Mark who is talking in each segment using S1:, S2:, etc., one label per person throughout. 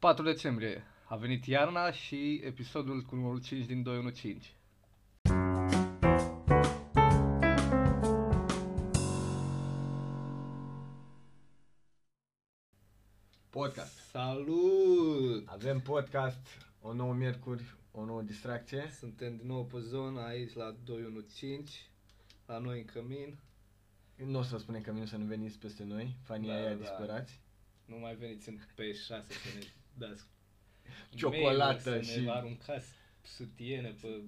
S1: 4 decembrie. A venit iarna și episodul cu numărul 5 din 215.
S2: Podcast.
S1: Salut!
S2: Avem podcast, o nouă miercuri, o nouă distracție.
S1: Suntem din nou pe zona aici la 215, la noi în cămin.
S2: Nu o să vă spunem că nu să nu veniți peste noi, fanii
S1: Da,
S2: da, aia
S1: da.
S2: disperați.
S1: Nu mai veniți în P6 să ne dați
S2: Ciocolată
S1: mail-uri, să
S2: și-
S1: ne aruncați sutiene pe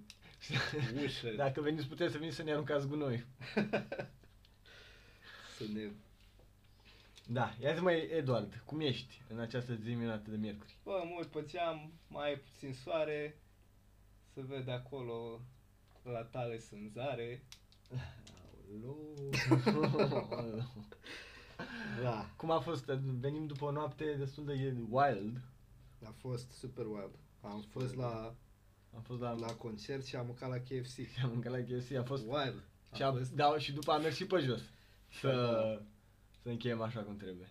S1: ușă, da.
S2: Dacă veniți, puteți să veniți să ne aruncați gunoi.
S1: să ne...
S2: Da, ia zi mai Eduard, cum ești în această zi minunată de miercuri?
S1: Bă, mă uit pe geam, mai e puțin soare, se vede acolo la tale sânzare. Da.
S2: cum a fost? Venim după o noapte destul de wild.
S1: A fost super wild. Am
S2: Super
S1: fost la,
S2: Am fost la...
S1: la concert și am mâncat la KFC.
S2: Am mâncat la KFC, a fost...
S1: Wild.
S2: Și, a, da, și după am mers și pe jos. Să, să încheiem așa cum trebuie.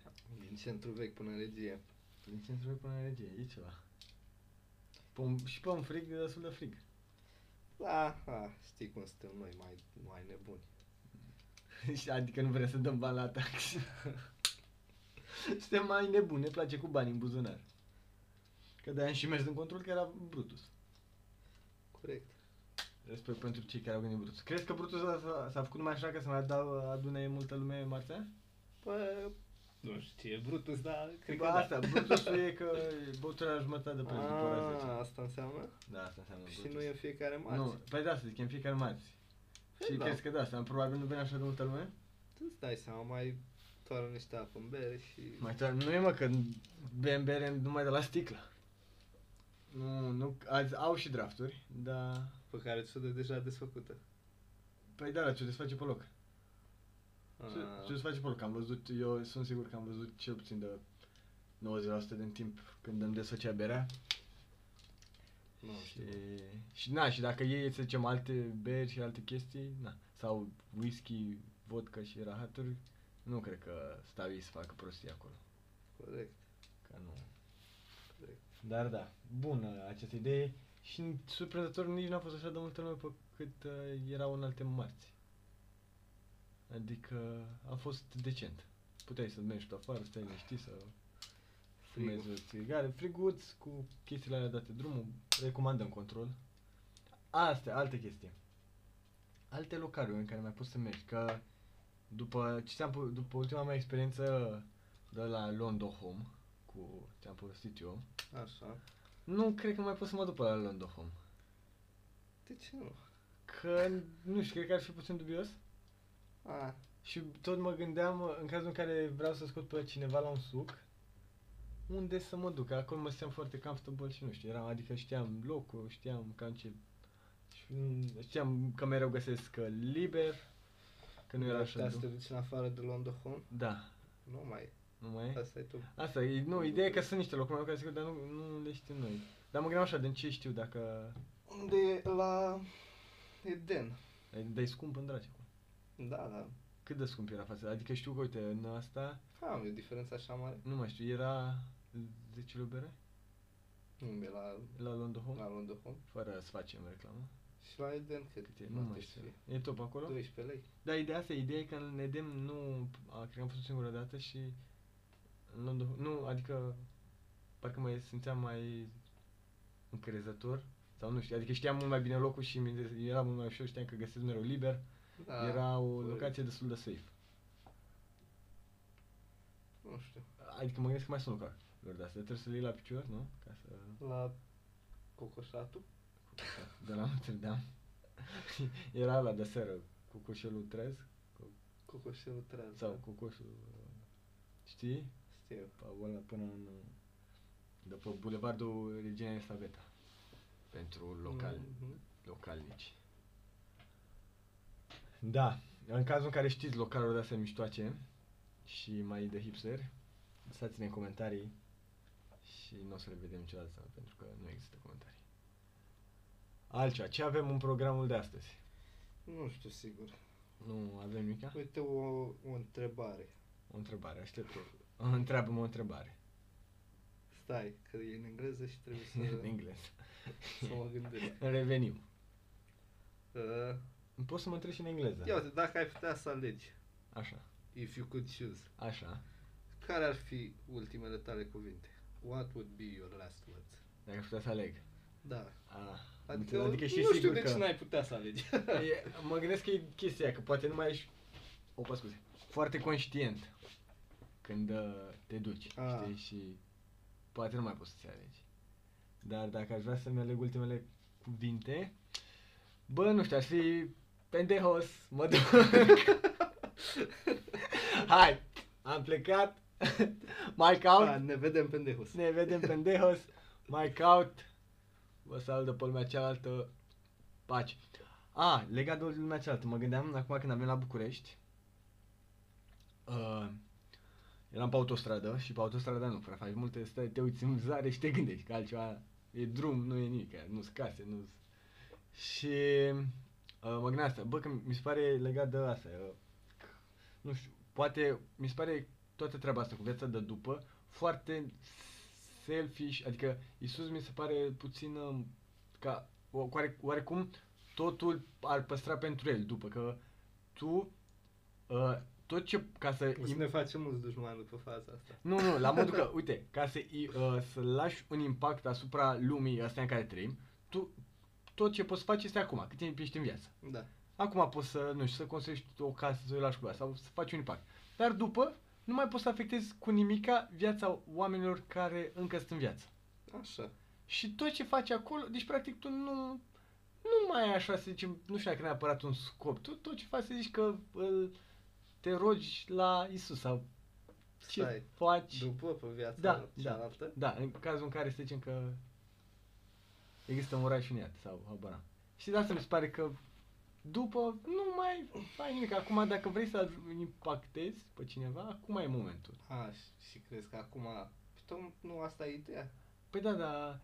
S1: Din centru vechi până în regie.
S2: Din centru Păi până la regie, e ceva. Pe un, și pe un frig e destul de frig.
S1: Da, da, știi cum suntem noi, mai, mai nebuni.
S2: Și adică nu vrem să dăm bani la taxi. Suntem mai nebuni, ne place cu bani în buzunar. Că de-aia am și mers în control că era Brutus.
S1: Corect.
S2: Respect pentru cei care au gândit Brutus. Crezi că Brutus a- s-a, s-a făcut numai așa ca să mai adau- adune multă lume marțea?
S1: Bă, nu știu ce e Brutus, dar cred
S2: Bă,
S1: că
S2: asta,
S1: da.
S2: Brutusul e că e băutura la jumătate de preț după ora 10.
S1: A, Ah, asta înseamnă?
S2: Da, asta înseamnă
S1: Și
S2: Brutus.
S1: nu e în fiecare marți.
S2: Nu, păi da, să zic, e în fiecare marți.
S1: Păi
S2: Și
S1: da.
S2: crezi că da, asta probabil nu vine așa de multă lume?
S1: Tu îți dai seama, mai toară niște apă în bere și...
S2: Mai tare, nu e mă că bem bere numai de la sticlă. Nu, nu, azi au și drafturi, dar...
S1: Pe care ți-o dă deja desfăcută.
S2: Păi da, dar ce desface pe loc?
S1: Ah. A,
S2: Ce desface pe loc? Am văzut, eu sunt sigur că am văzut cel puțin de 90% din timp când îmi desfăcea berea.
S1: Nu
S2: și,
S1: știu.
S2: și na, și dacă iei, să zicem, alte beri și alte chestii, na, sau whisky, vodka și rahaturi, nu cred că stau ei să facă prostii acolo.
S1: Corect.
S2: Că nu.
S1: Corect.
S2: Dar da, bună această idee și surprinzător nici n-a fost așa de multă lume pe cât uh, erau în alte marți. Adică a fost decent. Puteai să mergi tu afară, stai liniștit să
S1: Frigul.
S2: fumezi o țigare, friguț cu chestiile alea date drumul, recomandăm control. Astea, alte chestii. Alte localuri în care mai poți să mergi, că după, ce ți-am, po- după ultima mea experiență de la London Home, cu ce am povestit eu,
S1: Așa.
S2: nu cred că mai pot să mă duc pe la London Home.
S1: De ce nu?
S2: Că, nu știu, cred că ar fi puțin dubios.
S1: A,
S2: Și tot mă gândeam, în cazul în care vreau să scot pe cineva la un suc, unde să mă duc? Acolo mă simțeam foarte comfortable și nu știu, eram, adică știam locul, știam cam ce... și, mm, Știam că mereu găsesc uh, liber, că nu era așa... da.
S1: Putea să te
S2: dum-
S1: duci în afară de London Home?
S2: Da,
S1: Nu mai.
S2: nu mai e?
S1: Asta e tu.
S2: Asta e, nu, ideea e că sunt niște locuri mai care sigur, dar nu, nu le știm noi. Dar mă gândeam așa, din ce știu, dacă...
S1: Unde e la Eden.
S2: Dar e scump în dragi acum.
S1: Da, da.
S2: Cât de scump era față? Adică știu că, uite, în asta,
S1: Am e o diferență așa mare.
S2: nu mai știu, era 10 lei
S1: Nu e la,
S2: la London Home?
S1: la London Home.
S2: Fără să facem reclamă.
S1: Și la Eden cât?
S2: Cât e? Nu mai
S1: poate
S2: știu.
S1: să fie.
S2: E top acolo?
S1: 12 lei.
S2: Da, ideea asta, ideea e că în Edem nu... A, cred că am fost o singură dată și... în London, nu, adică... Parcă mă simțeam mai încrezător. Sau nu știu, adică știam mult mai bine locul și mi era mult mai ușor, știam că găsesc mereu liber.
S1: Da,
S2: era o
S1: corect.
S2: locație destul de safe.
S1: Nu știu.
S2: Adică mă gândesc că mai sunt locuri de astea. Trebuie să le iei la picior, nu? Ca să...
S1: La Cocoșatul?
S2: De la Notre Dame. Era la de seară, cucușelul trez,
S1: Cocoșelul trează.
S2: sau
S1: da?
S2: cucușul, știi?
S1: Știu.
S2: Pe ăla până în, după bulevardul Regina Elisabeta. Mm. Pentru local,
S1: Mhm.
S2: localnici. Da, în cazul în care știți localuri de astea miștoace și mai de hipster, lăsați-ne în comentarii și nu o să le vedem niciodată, pentru că nu există comentarii. Altceva, ce avem în programul de astăzi?
S1: Nu știu sigur.
S2: Nu avem nimica?
S1: Uite o, o întrebare.
S2: O întrebare, aștept o... Întreabă-mă o întrebare.
S1: Stai, că e în engleză și trebuie să,
S2: în engleză.
S1: să mă gândesc.
S2: Revenim.
S1: Uh,
S2: Poți să mă întrebi și în engleză.
S1: ia uite, dacă ai putea să alegi,
S2: Așa,
S1: if you could choose,
S2: așa.
S1: care ar fi ultimele tale cuvinte? What would be your last words?
S2: Dacă aș putea să aleg.
S1: Da.
S2: Ah,
S1: Adică,
S2: adică
S1: adică
S2: ești
S1: nu știu
S2: sigur
S1: de
S2: că-
S1: ce n-ai putea să alegi.
S2: E, mă gândesc că e chestia aia, că poate nu mai ești opa, scuze, foarte conștient când uh, te duci,
S1: Ah.
S2: știi, și poate nu mai poți să-ți alegi. Dar dacă aș vrea să-mi aleg ultimele cuvinte, bă, nu știu, aș fi pendehos, mă duc. Hai, am plecat, mai caut,
S1: Da, ne vedem pendehos.
S2: ne vedem pendehos, mai caut, vă salută pe lumea cealaltă, pace. A, legat de lumea cealaltă, mă gândeam acum când am venit la București, uh, eram pe autostradă și pe autostrada nu prea faci multe, stai, te uiți în zare și te gândești că altceva e drum, nu e nimic, nu-s case, nu Și uh, mă gândeam asta, bă, că mi se pare legat de asta, uh, nu știu, poate, mi se pare toată treaba asta cu viața de după, foarte selfish, adică Isus mi se pare puțin uh, ca o- oare, oarecum totul ar păstra pentru el după că tu uh, tot ce ca să
S1: O să ne facem mulți dușmani după faza asta.
S2: nu, nu, la modul că, uite, ca să, i- uh, să lași un impact asupra lumii astea în care trăim, tu tot ce poți face este acum, cât timp ești în viață.
S1: Da.
S2: Acum poți să, nu știu, să construiești o casă, să o lași cu ea, sau să faci un impact. Dar după, nu mai poți să afectezi cu nimica viața oamenilor care încă sunt în viață.
S1: Așa.
S2: Și tot ce faci acolo, deci practic tu nu, nu mai ai așa să zicem, nu știu dacă e neapărat un scop. Tu tot ce faci să zici că îl, te rogi la Isus sau ce
S1: Stai.
S2: faci.
S1: După pe viața
S2: Da, da.
S1: cealaltă.
S2: Da, în cazul în care să zicem că există un rai și un iad sau habar n-am. Și de asta mi se pare că după nu mai ai nimic. Acum dacă vrei să impactezi pe cineva, acum e momentul.
S1: A, și, și crezi că acum... Tom, nu asta e ideea.
S2: Păi da, da,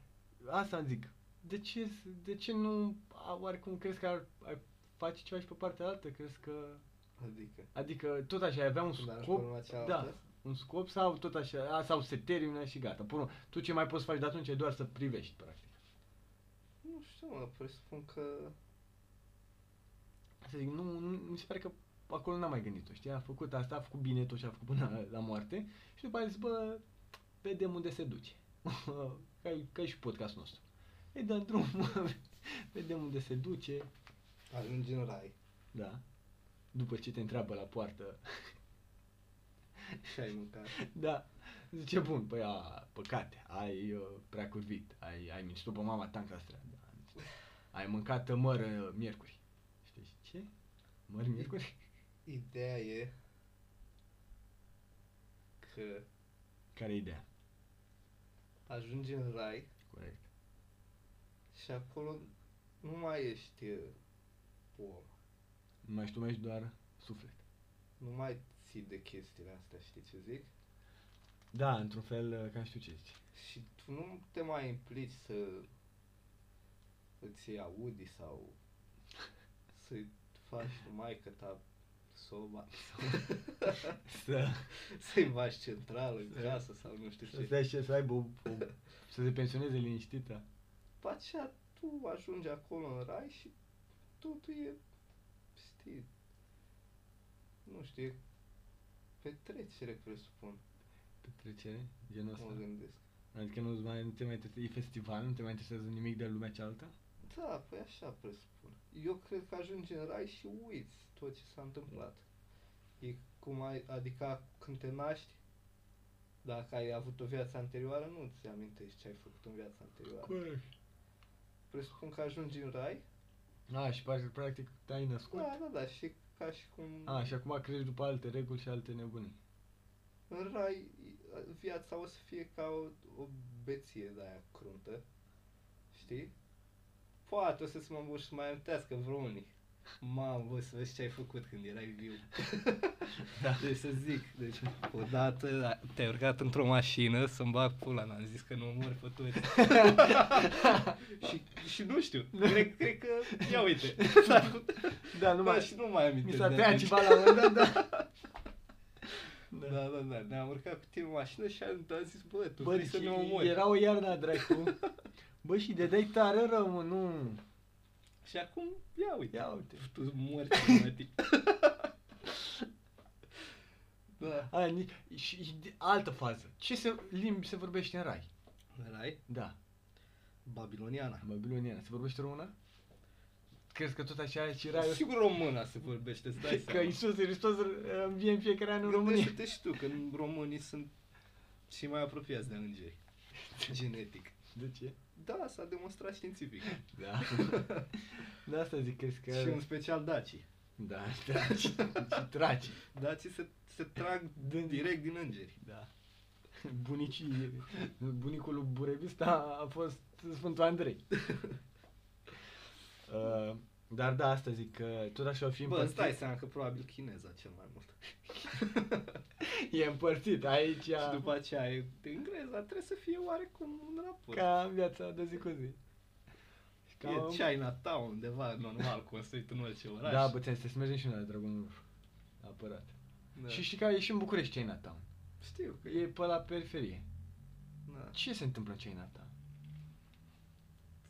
S2: asta îmi zic. De ce, de ce nu, a, oarecum, crezi că ar, ai face ceva și pe partea altă? Crezi că,
S1: Adică...
S2: adică tot așa, ai avea un
S1: Când ajungi
S2: scop,
S1: pe lumea
S2: da,
S1: cealaltă,
S2: un scop sau tot așa, a, sau se termină și gata. Până, tu ce mai poți face de atunci e doar să privești, practic.
S1: Nu știu, mă, presupun că...
S2: Să zic, nu, nu, mi se pare că acolo n-am mai gândit-o, știi? A făcut asta, a făcut bine tot ce a făcut până la, la moarte și după aia a zis, bă, vedem unde se duce. ca, ca și podcastul nostru. Îi dăm drum, vedem unde se duce,
S1: Ajungi în rai
S2: da. După ce te întreabă la poartă,
S1: și ai mâncat.
S2: da, zice, bun, păi, a, păcate, ai uh, prea curvit, ai, ai mințit pe mama ta în castrea, da. ai mâncat măr uh, miercuri. Știi ce? Măr miercuri?
S1: Ideea e că
S2: Care e ideea?
S1: ajungi în rai
S2: Corect.
S1: și acolo nu mai ești uh, om.
S2: Nu mai știu, mai ești doar suflet.
S1: Nu mai ții de chestiile astea, știi ce zic?
S2: Da, într-un fel, ca știu ce zici.
S1: Și tu nu te mai implici să îți iei Audi sau să-i faci maică ta soba,
S2: Să,
S1: să-i faci centrală în casă sau nu știu
S2: să
S1: ce.
S2: stai și să aibă, o, o, să se pensioneze liniștită.
S1: După aceea tu ajungi acolo în rai și totul e, știi, nu știu, e petrecere presupun,
S2: Petrecere, genul
S1: mă
S2: ăsta.
S1: gândesc.
S2: Adică nu, mai, nu te mai interesează, e festival, nu te mai interesează nimic de lumea cealaltă?
S1: Da, păi așa presupun. Eu cred că ajungi în rai și uiți tot ce s-a întâmplat. E cum ai, adică când te naști, dacă ai avut o viață anterioară, nu ți amintești ce ai făcut în viața anterioară.
S2: Corect.
S1: Presupun că ajungi în rai,
S2: A, și practic, practic te-ai născut?
S1: da, da, da, și ca și cum
S2: A, și acum crești după alte reguli și alte nebunii.
S1: în rai viața o să fie ca o, o beție de aia cruntă, știi? Poate o să se mă îmbuș- mai amintească vreo unii. Mamă, bă, să vezi ce ai făcut când erai viu.
S2: Da.
S1: Deci să zic, deci odată a- te-ai urcat într-o mașină să-mi bag pula, n-am zis că nu mor pe toți. și, și nu știu, cred, cred că, ia uite,
S2: Da, nu
S1: nu mai,
S2: mai,
S1: Da. și nu mai amintesc.
S2: mi s-a
S1: de
S2: tăiat
S1: atunci.
S2: ceva la un moment dat, da.
S1: Da, da, da. da. Ne-am urcat cu tine în mașină și am am zis, bă, tu
S2: Bă,
S1: vrei
S2: deci
S1: să ne omori.
S2: era o iarnă, dracu. Bă, și de dai tare rău, mă, nu.
S1: Și acum, ia uite.
S2: Ia uite.
S1: Tu mori, mătii. da.
S2: A, ni- și, și de- altă fază. Ce se, limbi se vorbește în rai?
S1: Erai
S2: Da,
S1: babiloniana.
S2: babiloniană. Se vorbește română? Crezi că tot așa e și raiul?
S1: Sigur româna se vorbește, stai dai
S2: Că
S1: seama.
S2: Iisus Hristos uh, învie în fiecare an în România.
S1: Gândește-te și tu, că românii sunt și mai apropiați de îngeri. Genetic.
S2: De ce?
S1: Da, s-a demonstrat științific.
S2: Da. De asta zic, crezi că...
S1: Și în special dacii.
S2: Da, traci. și traci.
S1: Dacii se, se trag
S2: Din-
S1: direct din îngeri.
S2: Da. Bunicii, bunicul lui Burebista a fost Sfântul Andrei. Uh, dar da, asta zic că tot așa o fi
S1: Bă,
S2: împărțit.
S1: îți dai seama că probabil chineza cel mai mult.
S2: E împărțit. Aici
S1: Și
S2: a,
S1: după aceea e engleza, trebuie să fie oarecum un raport.
S2: ca în viața de zi cu zi. Și
S1: Ca... E Chinatown undeva normal construit în orice oraș.
S2: Da, bă, ți-am zis, să mergem și noi la Dragonul Roșu. Apărat.
S1: da.
S2: Și știi că e și în București Chinatown.
S1: știu că
S2: E pe la periferie.
S1: Da.
S2: Ce se întâmplă în Chinatown?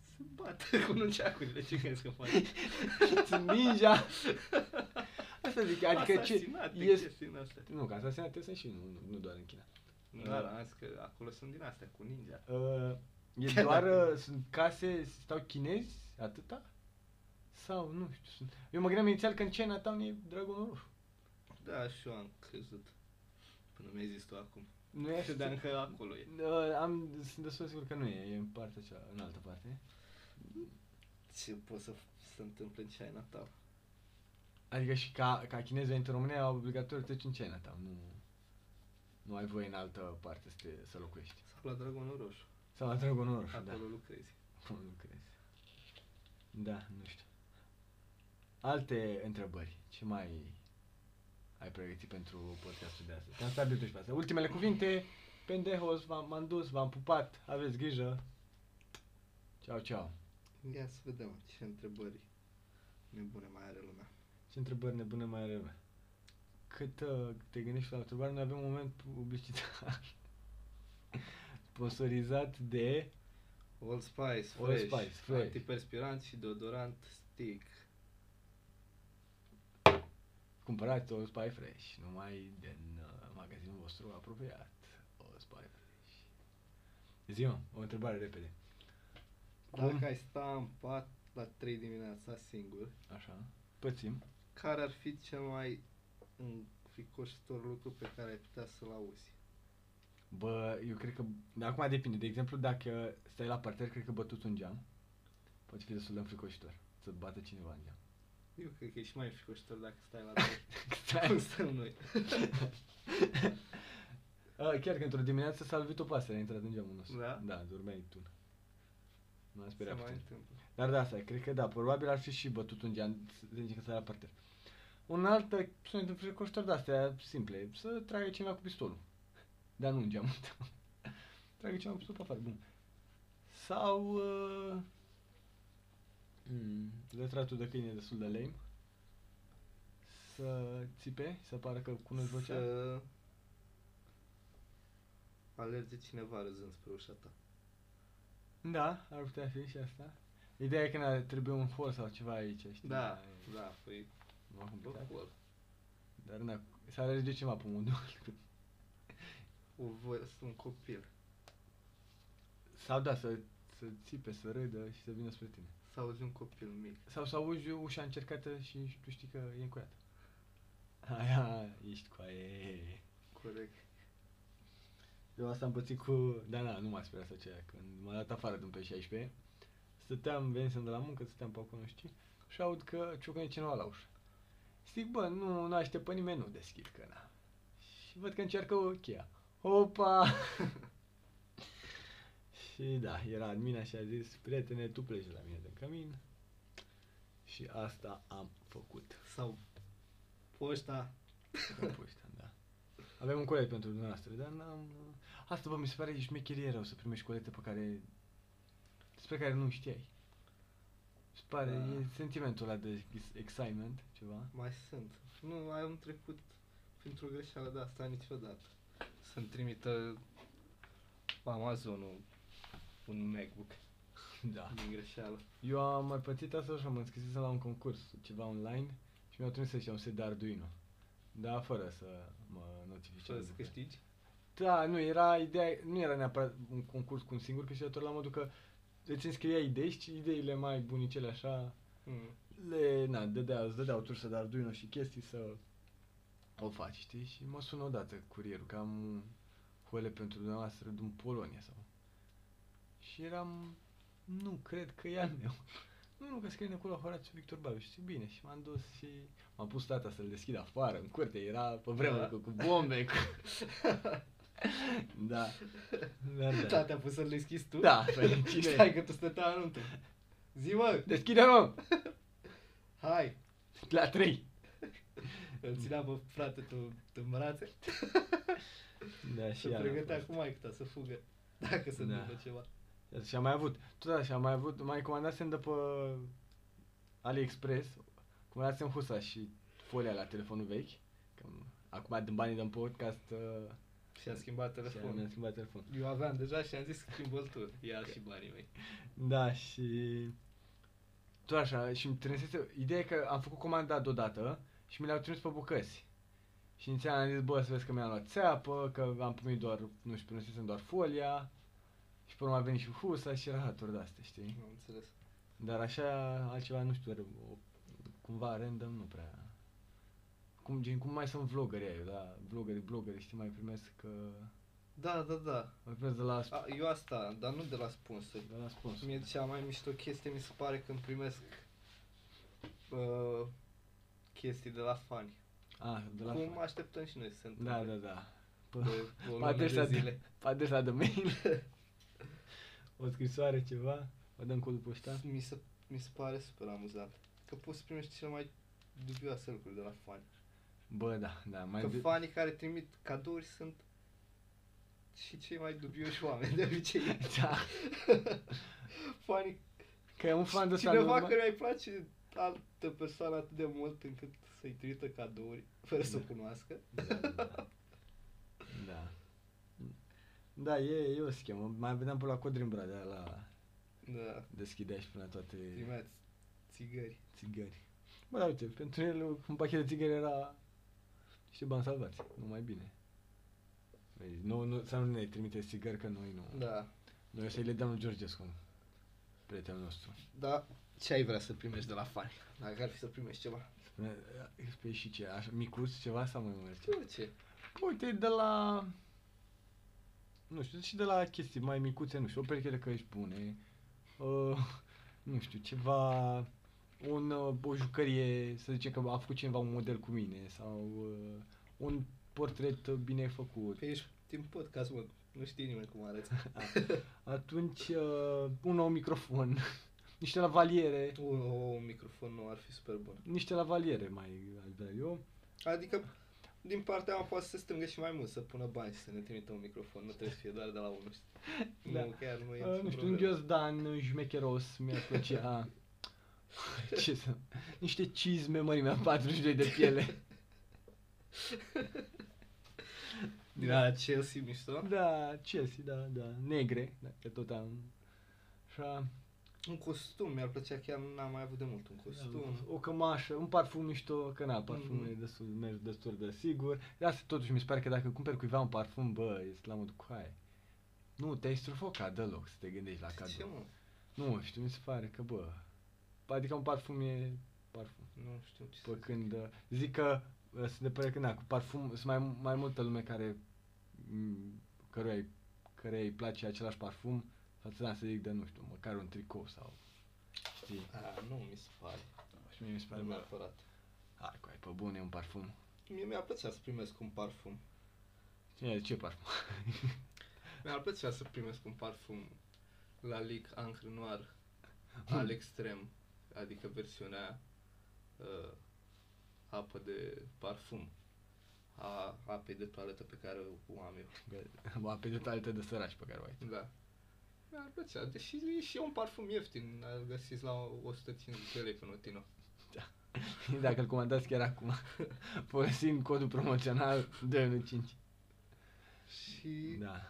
S1: Se bată cu nunceacurile, ce crezi că face?
S2: Sunt ninja. Asta zic, adică ce...
S1: Asasinate,
S2: Este,
S1: chestii din astea.
S2: Nu, că asasinate sunt și nu, nu, nu doar în China.
S1: Da, da, am zis că acolo sunt din astea, cu ninja.
S2: Uh, e
S1: Chiar
S2: doar,
S1: dacă-
S2: uh, sunt case, stau chinezi, atâta? Sau, nu știu, sunt... Eu mă gândeam inițial că în Chinatown e Dragonul Roșu.
S1: Da, și eu am crezut. Până mi-ai zis tu acum.
S2: Nu e Păi așa?
S1: Credeam că acolo e.
S2: Uh, am, sunt destul de sigur că nu e, e în partea cea, în altă parte.
S1: Ce poate să f- se întâmple în Chinatown?
S2: Adică și ca, ca chinezul venit în România, obligatoriu treci în Chinatown, nu... Nu ai voie în altă parte să, te, să locuiești.
S1: Sau la Dragonul Roșu.
S2: Sau la Dragonul Roșu, da.
S1: Acolo lucrezi.
S2: Cum lucrezi? Da, nu știu. Alte întrebări. Ce mai ai pregătit pentru podcastul de astăzi? Am stat de pe asta. Ultimele cuvinte. Pendejos, v-am, m-am dus, v-am pupat, aveți grijă. Ceau, ceau.
S1: Ia să vedem ce întrebări nebune mai are lumea.
S2: Ce întrebări nebune mai are lumea? Cât uh, te gândești la o întrebare, noi avem un moment publicitar. Sponsorizat de...
S1: Old Spice, Fresh,
S2: Old Spice, Fresh.
S1: antiperspirant și deodorant stick.
S2: Cumpărați o Spy Fresh, numai din uh, magazinul vostru apropiat. O Spy Fresh. zi o întrebare repede.
S1: Dacă
S2: Cum?
S1: ai sta în pat la 3 dimineața singur,
S2: Așa. Pățim.
S1: care ar fi cel mai înfricoșitor lucru pe care ai putea să-l auzi?
S2: Bă, eu cred că... de Acum depinde. De exemplu, dacă stai la parter, cred că bătut un geam. Poate fi destul de înfricoșitor. Să bată cineva în geam.
S1: Eu cred că e și mai înfricoșitor dacă stai la doi. Cum
S2: Stai.
S1: stăm noi?
S2: A, chiar că într-o dimineață s-a lovit o pasăre, a intrat în geamul nostru.
S1: Da?
S2: Da, dormeai tu. M-am
S1: Se
S2: speriat
S1: mai
S2: puțin.
S1: întâmplă.
S2: Dar da, asta, e, cred că da, probabil ar fi și bătut un gean, să zicem că stai la parter. Un alt eh, sunt înfricoșitor de astea simple, să tragă cineva cu pistolul. Dar nu în geam. tragă cineva cu pistolul pe afară, bun. Sau... Uh, mm, retratul de câine e destul de lame. Să țipe, să pară că cunoști vocea.
S1: Să alerge cineva râzând spre ușa ta.
S2: Da, ar putea fi și asta. Ideea e că n-ar trebui un hol sau ceva aici, știi?
S1: Da,
S2: mai-
S1: da, păi
S2: mai complicat.
S1: locul.
S2: Dar na, să alergi de ceva pe modul.
S1: O voi, sunt un copil.
S2: Sau da, să, să țipe, să râdă și să vină spre tine.
S1: Să auzi un copil mic.
S2: Sau să auzi ușa încercată și tu știi că e încuiată. Aia, ești cu aia.
S1: Corect.
S2: Eu asta am pățit cu... Da, na, nu m-a speriat asta aceea, când m-a dat afară din pe 16. Stăteam, venisem de la muncă, stăteam pe acolo, nu știu, și aud că ciocăne cineva la ușă. Zic, bă, nu, nu aștept pe nimeni, nu deschid că na. Și văd că încearcă o cheia. Opa! și da, era admin și a zis, prietene, tu pleci de la mine din cămin. Și asta am făcut.
S1: Sau poșta.
S2: În puștan, da. Avem un colet pentru dumneavoastră, dar n-am... Asta, bă, mi se pare șmecherie rău să primești colete pe care... despre care nu știai. Mi se pare,
S1: Da.
S2: e sentimentul ăla de ex- excitement, ceva.
S1: Mai sunt. Nu, mai am trecut printr-o greșeală de asta niciodată. Să-mi trimită Amazonul un MacBook
S2: Da.
S1: din greșeală.
S2: Eu am mai pățit asta și am înscris la un concurs, ceva online, și mi-au trimis să un set de Arduino. Da, fără să mă notifice.
S1: Fără să câștigi.
S2: Da, nu era ideea, nu era neapărat un concurs cu un singur câștigător la modul că îți înscria idei și ideile mai bunicele așa
S1: Mm.
S2: le, na, dădeau, îți dădeau turse de Arduino și chestii să o faci, știi? Și mă sună odată curierul că am hoele pentru dumneavoastră din Polonia sau... Și eram, nu cred că e al meu. Nu, nu, că scrie acolo Horațiu Victor Babiu, și zic, bine, și m-am dus și m-am pus tata să-l deschid afară, în curte, era pe vremea
S1: Da.
S2: cu, cu bombe, cu... da. Dar,
S1: Da.
S2: da.
S1: te-a pus să-l deschizi tu?
S2: Da, păi, cine e?
S1: Stai că tu stăteai anuntul. Zi mă,
S2: Deschide, mă!
S1: hai,
S2: La trei!
S1: îl ținea pe frate tu în brațe.
S2: Da,
S1: Și
S2: ea
S1: se
S2: n-a
S1: pregătea
S2: fost.
S1: cu maică ta să fugă. Dacă se
S2: Da.
S1: întâmplă ceva.
S2: Și am mai avut, tot așa, am mai avut, mai comandasem de pe AliExpress, comandasem husa și folia la telefonul vechi, că m- acum din banii din podcast uh,
S1: Și a schimbat
S2: și mi-am
S1: telefonul.
S2: schimbat telefonul.
S1: Eu aveam deja și am zis că schimbă tu. Ia și banii mei.
S2: Da, și tot așa, și îmi trimisese, ideea e că am făcut comanda deodată și mi le-au trimis pe bucăți. Și inițial am zis, bă, să vezi că mi-am luat țeapă, că am primit doar, nu știu, primit doar folia. Și pe urmă a venit și husa și rahaturi de-astea, știi?
S1: Am înțeles.
S2: Dar așa, altceva, nu știu, o- cumva random, nu prea. Cum, gen, cum mai sunt vloggeri aia, da, vloggeri, vloggeri, știi, mai primesc, uh,
S1: Da, da, da.
S2: mai primesc de la, sp-
S1: A, eu asta, dar nu de la sponsor.
S2: de la sponsor.
S1: Mie cea mai mișto chestie mi se pare când primesc uh, chestii de la fani.
S2: Ah, de la
S1: Cum
S2: fan.
S1: așteptăm și noi să se întâmple.
S2: Da, da, da. Pe-
S1: De o
S2: Pe
S1: lună
S2: adresa
S1: de
S2: de,
S1: zile.
S2: pe adresa de mail. o scrisoare, ceva, o dăm codul poștal.
S1: Mi se, mi se pare super amuzant. Că poți să primești cele mai dubioase lucruri de la fani.
S2: Bă, da, da, mai
S1: Că
S2: de-
S1: fanii care trimit cadouri sunt și cei mai dubioși oameni de obicei.
S2: Da,
S1: Fanii,
S2: că e un fan de ăsta
S1: cineva
S2: normal.
S1: care îi place altă persoană atât de mult încât să-i trimită cadouri fără să o
S2: Da.
S1: cunoască.
S2: Da, da. da. Da, e, e o schemă. Mai vedeam pe la Codrin Bradea la
S1: Da,
S2: deschidea și până la toate
S1: primeați țigări.
S2: țigări. Bă, da, uite, pentru el un pachet de țigări era niște bani salvați, nu mai bine. Vezi, nu, nu, să nu ne trimite țigări, că noi nu.
S1: Da.
S2: Noi o să-i le dăm lui Georgescu, prietenul nostru.
S1: Da, ce ai vrea să primești de la fani? Dacă ar fi să primești ceva.
S2: Spune, spune și ce, așa, micuț ceva sau mai mult?
S1: Ce orice.
S2: Uite, de la... Nu știu, și de la chestii mai micuțe, nu știu, o pereche de căști bune, uh, nu știu, ceva, un, uh, o jucărie, să zicem că a făcut cineva un model cu mine, sau uh, un portret uh, bine făcut.
S1: Că ești din podcast, mă, nu știe nimeni cum arăți.
S2: Atunci, uh, un nou microfon, niște lavaliere,
S1: Un, un microfon nou ar fi super bun.
S2: niște lavaliere mai aș vrea eu.
S1: Adică, din partea mea poate să se strângă și mai mult, să pună bani și să ne trimită un microfon. Nu trebuie să fie doar de la unul. știi?
S2: Da.
S1: Nu, chiar nu e
S2: Uh,
S1: nicio Păi,
S2: nu știu, un
S1: problemă.
S2: ghiozdan jmecheros mi-ar plăcea. Ce să... Niște cizme mărimea 42 de piele.
S1: Din la Chelsea mișto.
S2: Da, Chelsea, da, da. Negre, da, că tot am... Așa,
S1: Un costum, mi-ar plăcea chiar, n-am mai avut de mult un costum.
S2: da, o cămașă, un parfum mișto, că na, parfumul
S1: Mhm.
S2: e destul, merg destul de sigur. De asta totuși mi se pare că dacă cumperi cuiva un parfum, bă, este la modul cu aia. Nu, te-ai strufocat deloc să te gândești la cadou.
S1: Ce mă?
S2: Nu știu, mi se pare că, bă, adică un parfum e parfum.
S1: Nu știu ce
S2: Pe
S1: să
S2: când uh, zic că uh, sunt de părere că na, cu parfum sunt mai, mai multă lume care m, căruia îi, căruia îi place același parfum față de să zic de nu știu, măcar un tricou sau știi.
S1: A, nu mi se pare.
S2: Și mie mi se pare
S1: Nu
S2: bă,
S1: neapărat.
S2: hai cu ai pe bune un parfum.
S1: Mie mi-ar plăcea să primesc un parfum.
S2: Cine ce parfum?
S1: Mi-ar plăcea să primesc un parfum la Lic Ancre Noir al extrem, adică versiunea uh, apă de parfum a apei de toaletă pe care o am eu.
S2: Bă, pe detaliile de săraci pe care o ai.
S1: Da. Mi-ar plăcea, deși e și un parfum ieftin, îl găsiți la 150 de lei pe Notino.
S2: Dacă îl comandați chiar acum, folosind codul promoțional 215.
S1: Și da.
S2: Da.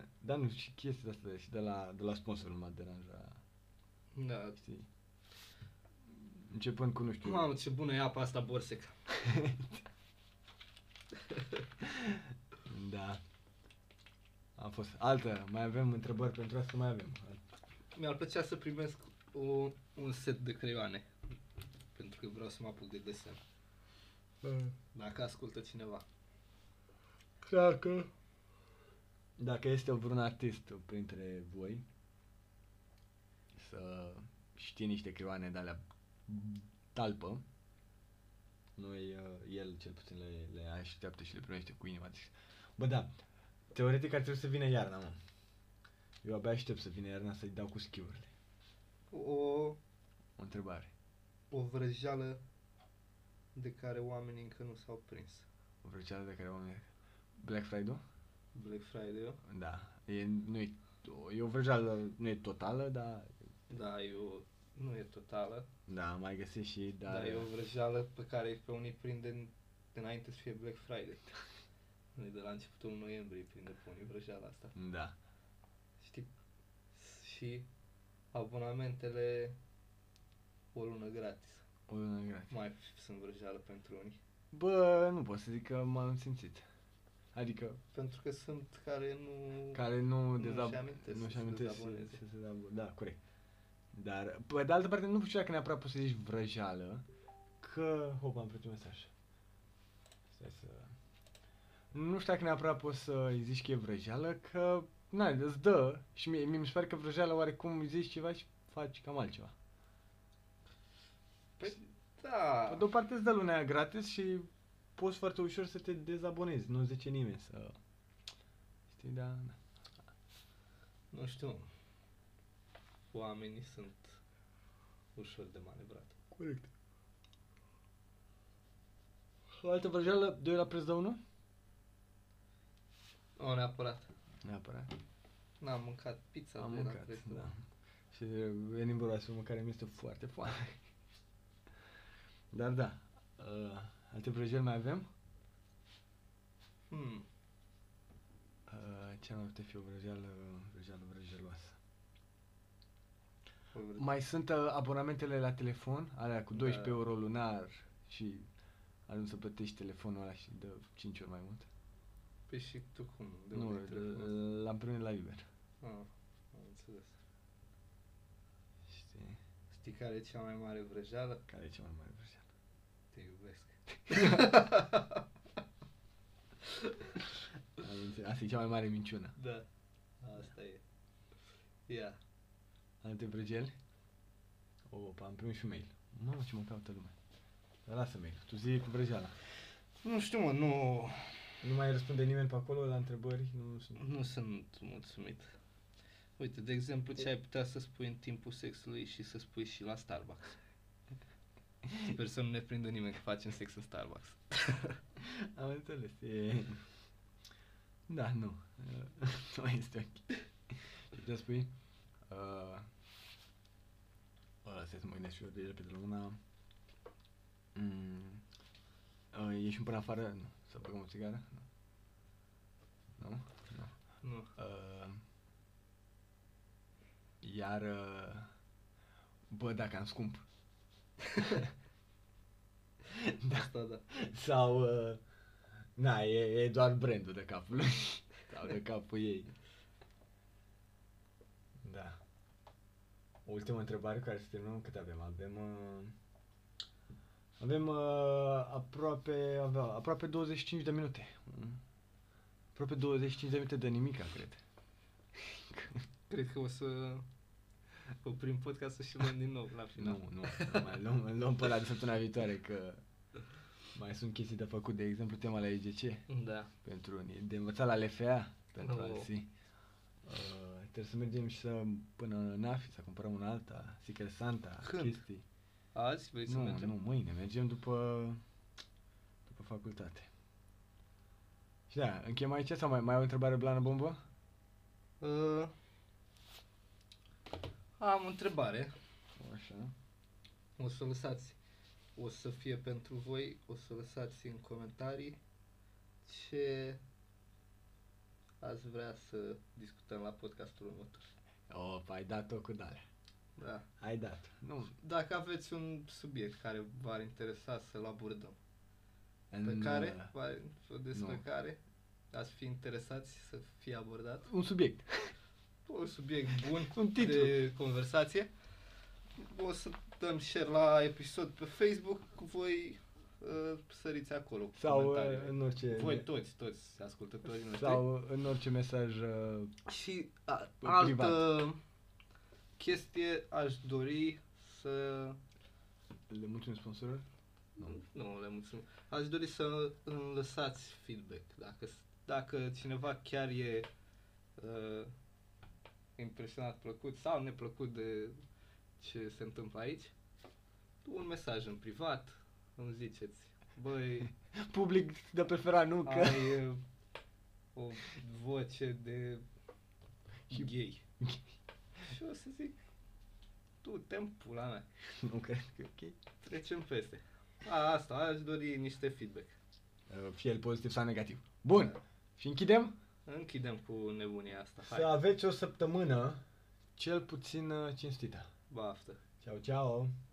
S2: da. Dar nu, și chestia asta de- și de la, de la sponsorul m-a deranjat,
S1: da.
S2: știi? Începând cu, nu știu,
S1: Mamă, ce bună e apa asta Borseca.
S2: da. A fost altă, mai avem întrebări pentru asta, mai avem.
S1: Mi-ar plăcea să primesc o, un set de creioane. Pentru că vreau să mă apuc de desen. Da. Dacă ascultă cineva.
S2: Clar că... Dacă este vreun artist printre voi, să știe niște creioane de alea talpă, noi, uh, el cel puțin le, le așteaptă și le primește cu inima. Deci, bă, da, teoretic ar trebui să vină iarna, mă. Eu abia aștept să vină iarna să-i dau cu schiurile.
S1: O,
S2: O întrebare.
S1: o vrăjeală de care oamenii încă nu s-au prins.
S2: O vrăceală de care oamenii... Black Friday?
S1: Black Friday,
S2: Da. E, nu e, e o vrăjeală, nu e totală, dar
S1: da, eu nu e totală,
S2: Da, mai găsești și
S1: da,
S2: dar...
S1: dar e o vrăjeală pe care pe unii prinde în- înainte să fie Black Friday. Noi de la începutul noiembrie prinde pe unii vrăjeala asta.
S2: Da.
S1: Știi? Și abonamentele o lună gratis.
S2: O lună gratis.
S1: Mai sunt vrăjeală pentru unii.
S2: Bă, nu pot să zic că m-am simțit. Adică,
S1: Pentru că sunt care nu...
S2: care nu
S1: Nu-și
S2: dezab-
S1: amintesc
S2: nu
S1: să
S2: și
S1: se
S2: amintesc să,
S1: dezaboneze.
S2: să se dezab- Da, corect. Dar, pe de altă parte, nu știu dacă neapărat poți să zici vrăjeală, că... Hop, am primit un mesaj. Stai să... Nu știu dacă neapărat poți să îi zici că e vrăjeală, că... Na, îți dă și mie, mie mi se pare că vrăjeală oarecum îi zici ceva și faci cam altceva.
S1: Păi, da.
S2: Pe de-o parte îți dă lunea gratis și poți foarte ușor să te dezabonezi, nu zice nimeni să... Știi, da, da.
S1: Nu știu. Oamenii sunt ușor de manevrat.
S2: Corect. O altă vrăjeală, 2 la preț de 1?
S1: Nu neapărat.
S2: Neapărat.
S1: N-am mâncat pizza
S2: Am
S1: de la
S2: mâncat,
S1: Crăciun.
S2: da. Și uh, venim vorba despre mâncare, mi-este foarte foame. Dar da, uh, alte vrăjeli mai avem?
S1: Hmm.
S2: Uh, ce mai putea fi o vrăjeală, vrăjeală vrăjeloasă?
S1: o vreme.
S2: Mai sunt uh, abonamentele la telefon, alea cu
S1: Da.
S2: 12 da. euro lunar și ajungi să plătești telefonul ăla și dă 5 ori mai mult.
S1: Păi și tu cum? De
S2: nu,
S1: unde ai trecut?
S2: l- l-am primit la liber.
S1: Ah, am înțeles.
S2: Știi?
S1: Știi care e cea mai mare vrăjeală?
S2: Care e cea mai mare vrăjeală?
S1: Te iubesc.
S2: Am înțeles. Asta e cea mai mare minciună.
S1: Da. Asta e. Ia.
S2: Alte vrăjeli? Opa, păi am primit și un mail. Mamă, ce mă caută lumea. Dar lasă mail. Tu zi cu vrăjeala.
S1: Nu știu, mă, nu,
S2: Nu mai răspunde nimeni pe acolo la întrebări? Nu sunt.
S1: nu sunt mulțumit. Uite, de exemplu, ce ai putea să spui în timpul sexului și să spui și la Starbucks? Sper să nu ne prindă nimeni că facem sex în Starbucks.
S2: Am înțeles. E... Da, nu. nu mai este ok. Ce putea spui? Uh... Ăla, stai să mă gândesc și eu de repede la una. Mm. Uh, ieșim până afară? Nu. Să băgăm o țigară? Nu. Nu?
S1: Nu.
S2: Uh, iar... Uh, bă, dacă am scump.
S1: Da. Asta da.
S2: Sau... Uh, na, e, e doar brandul de capul lui. Sau de capul ei. Da. O ultimă întrebare cu care să terminăm. Cât avem? Avem... Uh, avem uh, aproape, avea, aproape 25 de minute. Mm. Aproape 25 de minute de nimica, cred.
S1: Cred că o să oprim podcastul și luăm din nou la
S2: Nu,
S1: final.
S2: nu, nu mai luăm, îl luăm pe la de săptămâna viitoare că mai sunt chestii de făcut, de exemplu tema la EGC
S1: Da.
S2: pentru unii, de învățat la LFA pentru
S1: Oh.
S2: alții. Uh, trebuie să mergem și să până în AFI să cumpărăm un alta, Secret Santa,
S1: Când?
S2: chestii.
S1: Azi vrei să
S2: nu,
S1: mergem?
S2: nu, mâine, mergem după, după facultate. Și da, închem aici sau mai, mai ai o întrebare blană bombă?
S1: Uh, am o întrebare.
S2: Așa.
S1: O să o lăsați o să fie pentru voi, o să lăsați în comentarii ce ați vrea să discutăm la podcastul următor.
S2: Oh, ai dat-o cu dare.
S1: Da.
S2: Ai dat. Nu.
S1: Dacă aveți un subiect care v-ar interesa să-l abordăm, pe
S2: în,
S1: care,
S2: uh,
S1: v-ar- sau despre
S2: nu.
S1: care ați fi interesați să fie abordat,
S2: Un subiect.
S1: un subiect bun
S2: Un titlu.
S1: de conversație, o să dăm share la episod pe Facebook, voi uh, săriți acolo cu
S2: Sau uh,
S1: comentariile.
S2: în orice...
S1: Voi toți, toți ascultătorii noștri.
S2: sau în orice mesaj uh,
S1: Și a,
S2: Privat.
S1: altă chestie aș dori să...
S2: le mulțumim sponsorul. Nu.
S1: Nu, le mulțumim. Aș dori să îmi lăsați feedback. Dacă, dacă cineva chiar e uh, impresionat, plăcut sau neplăcut de ce se întâmplă aici, un mesaj în privat, îmi ziceți, băi,
S2: Public de preferat nu că
S1: ai uh, o voce de
S2: Și-
S1: gay. Și o să zic, tu te-mi pula mea,
S2: nu cred că e ok.
S1: trecem peste. A, asta, aș dori niște feedback.
S2: Uh, Fie el pozitiv sau negativ. Bun. Și închidem?
S1: Închidem cu nebunia asta, hai,
S2: Să aveți o săptămână cel puțin uh, cinstită.
S1: baftă.
S2: Ciao, ciao.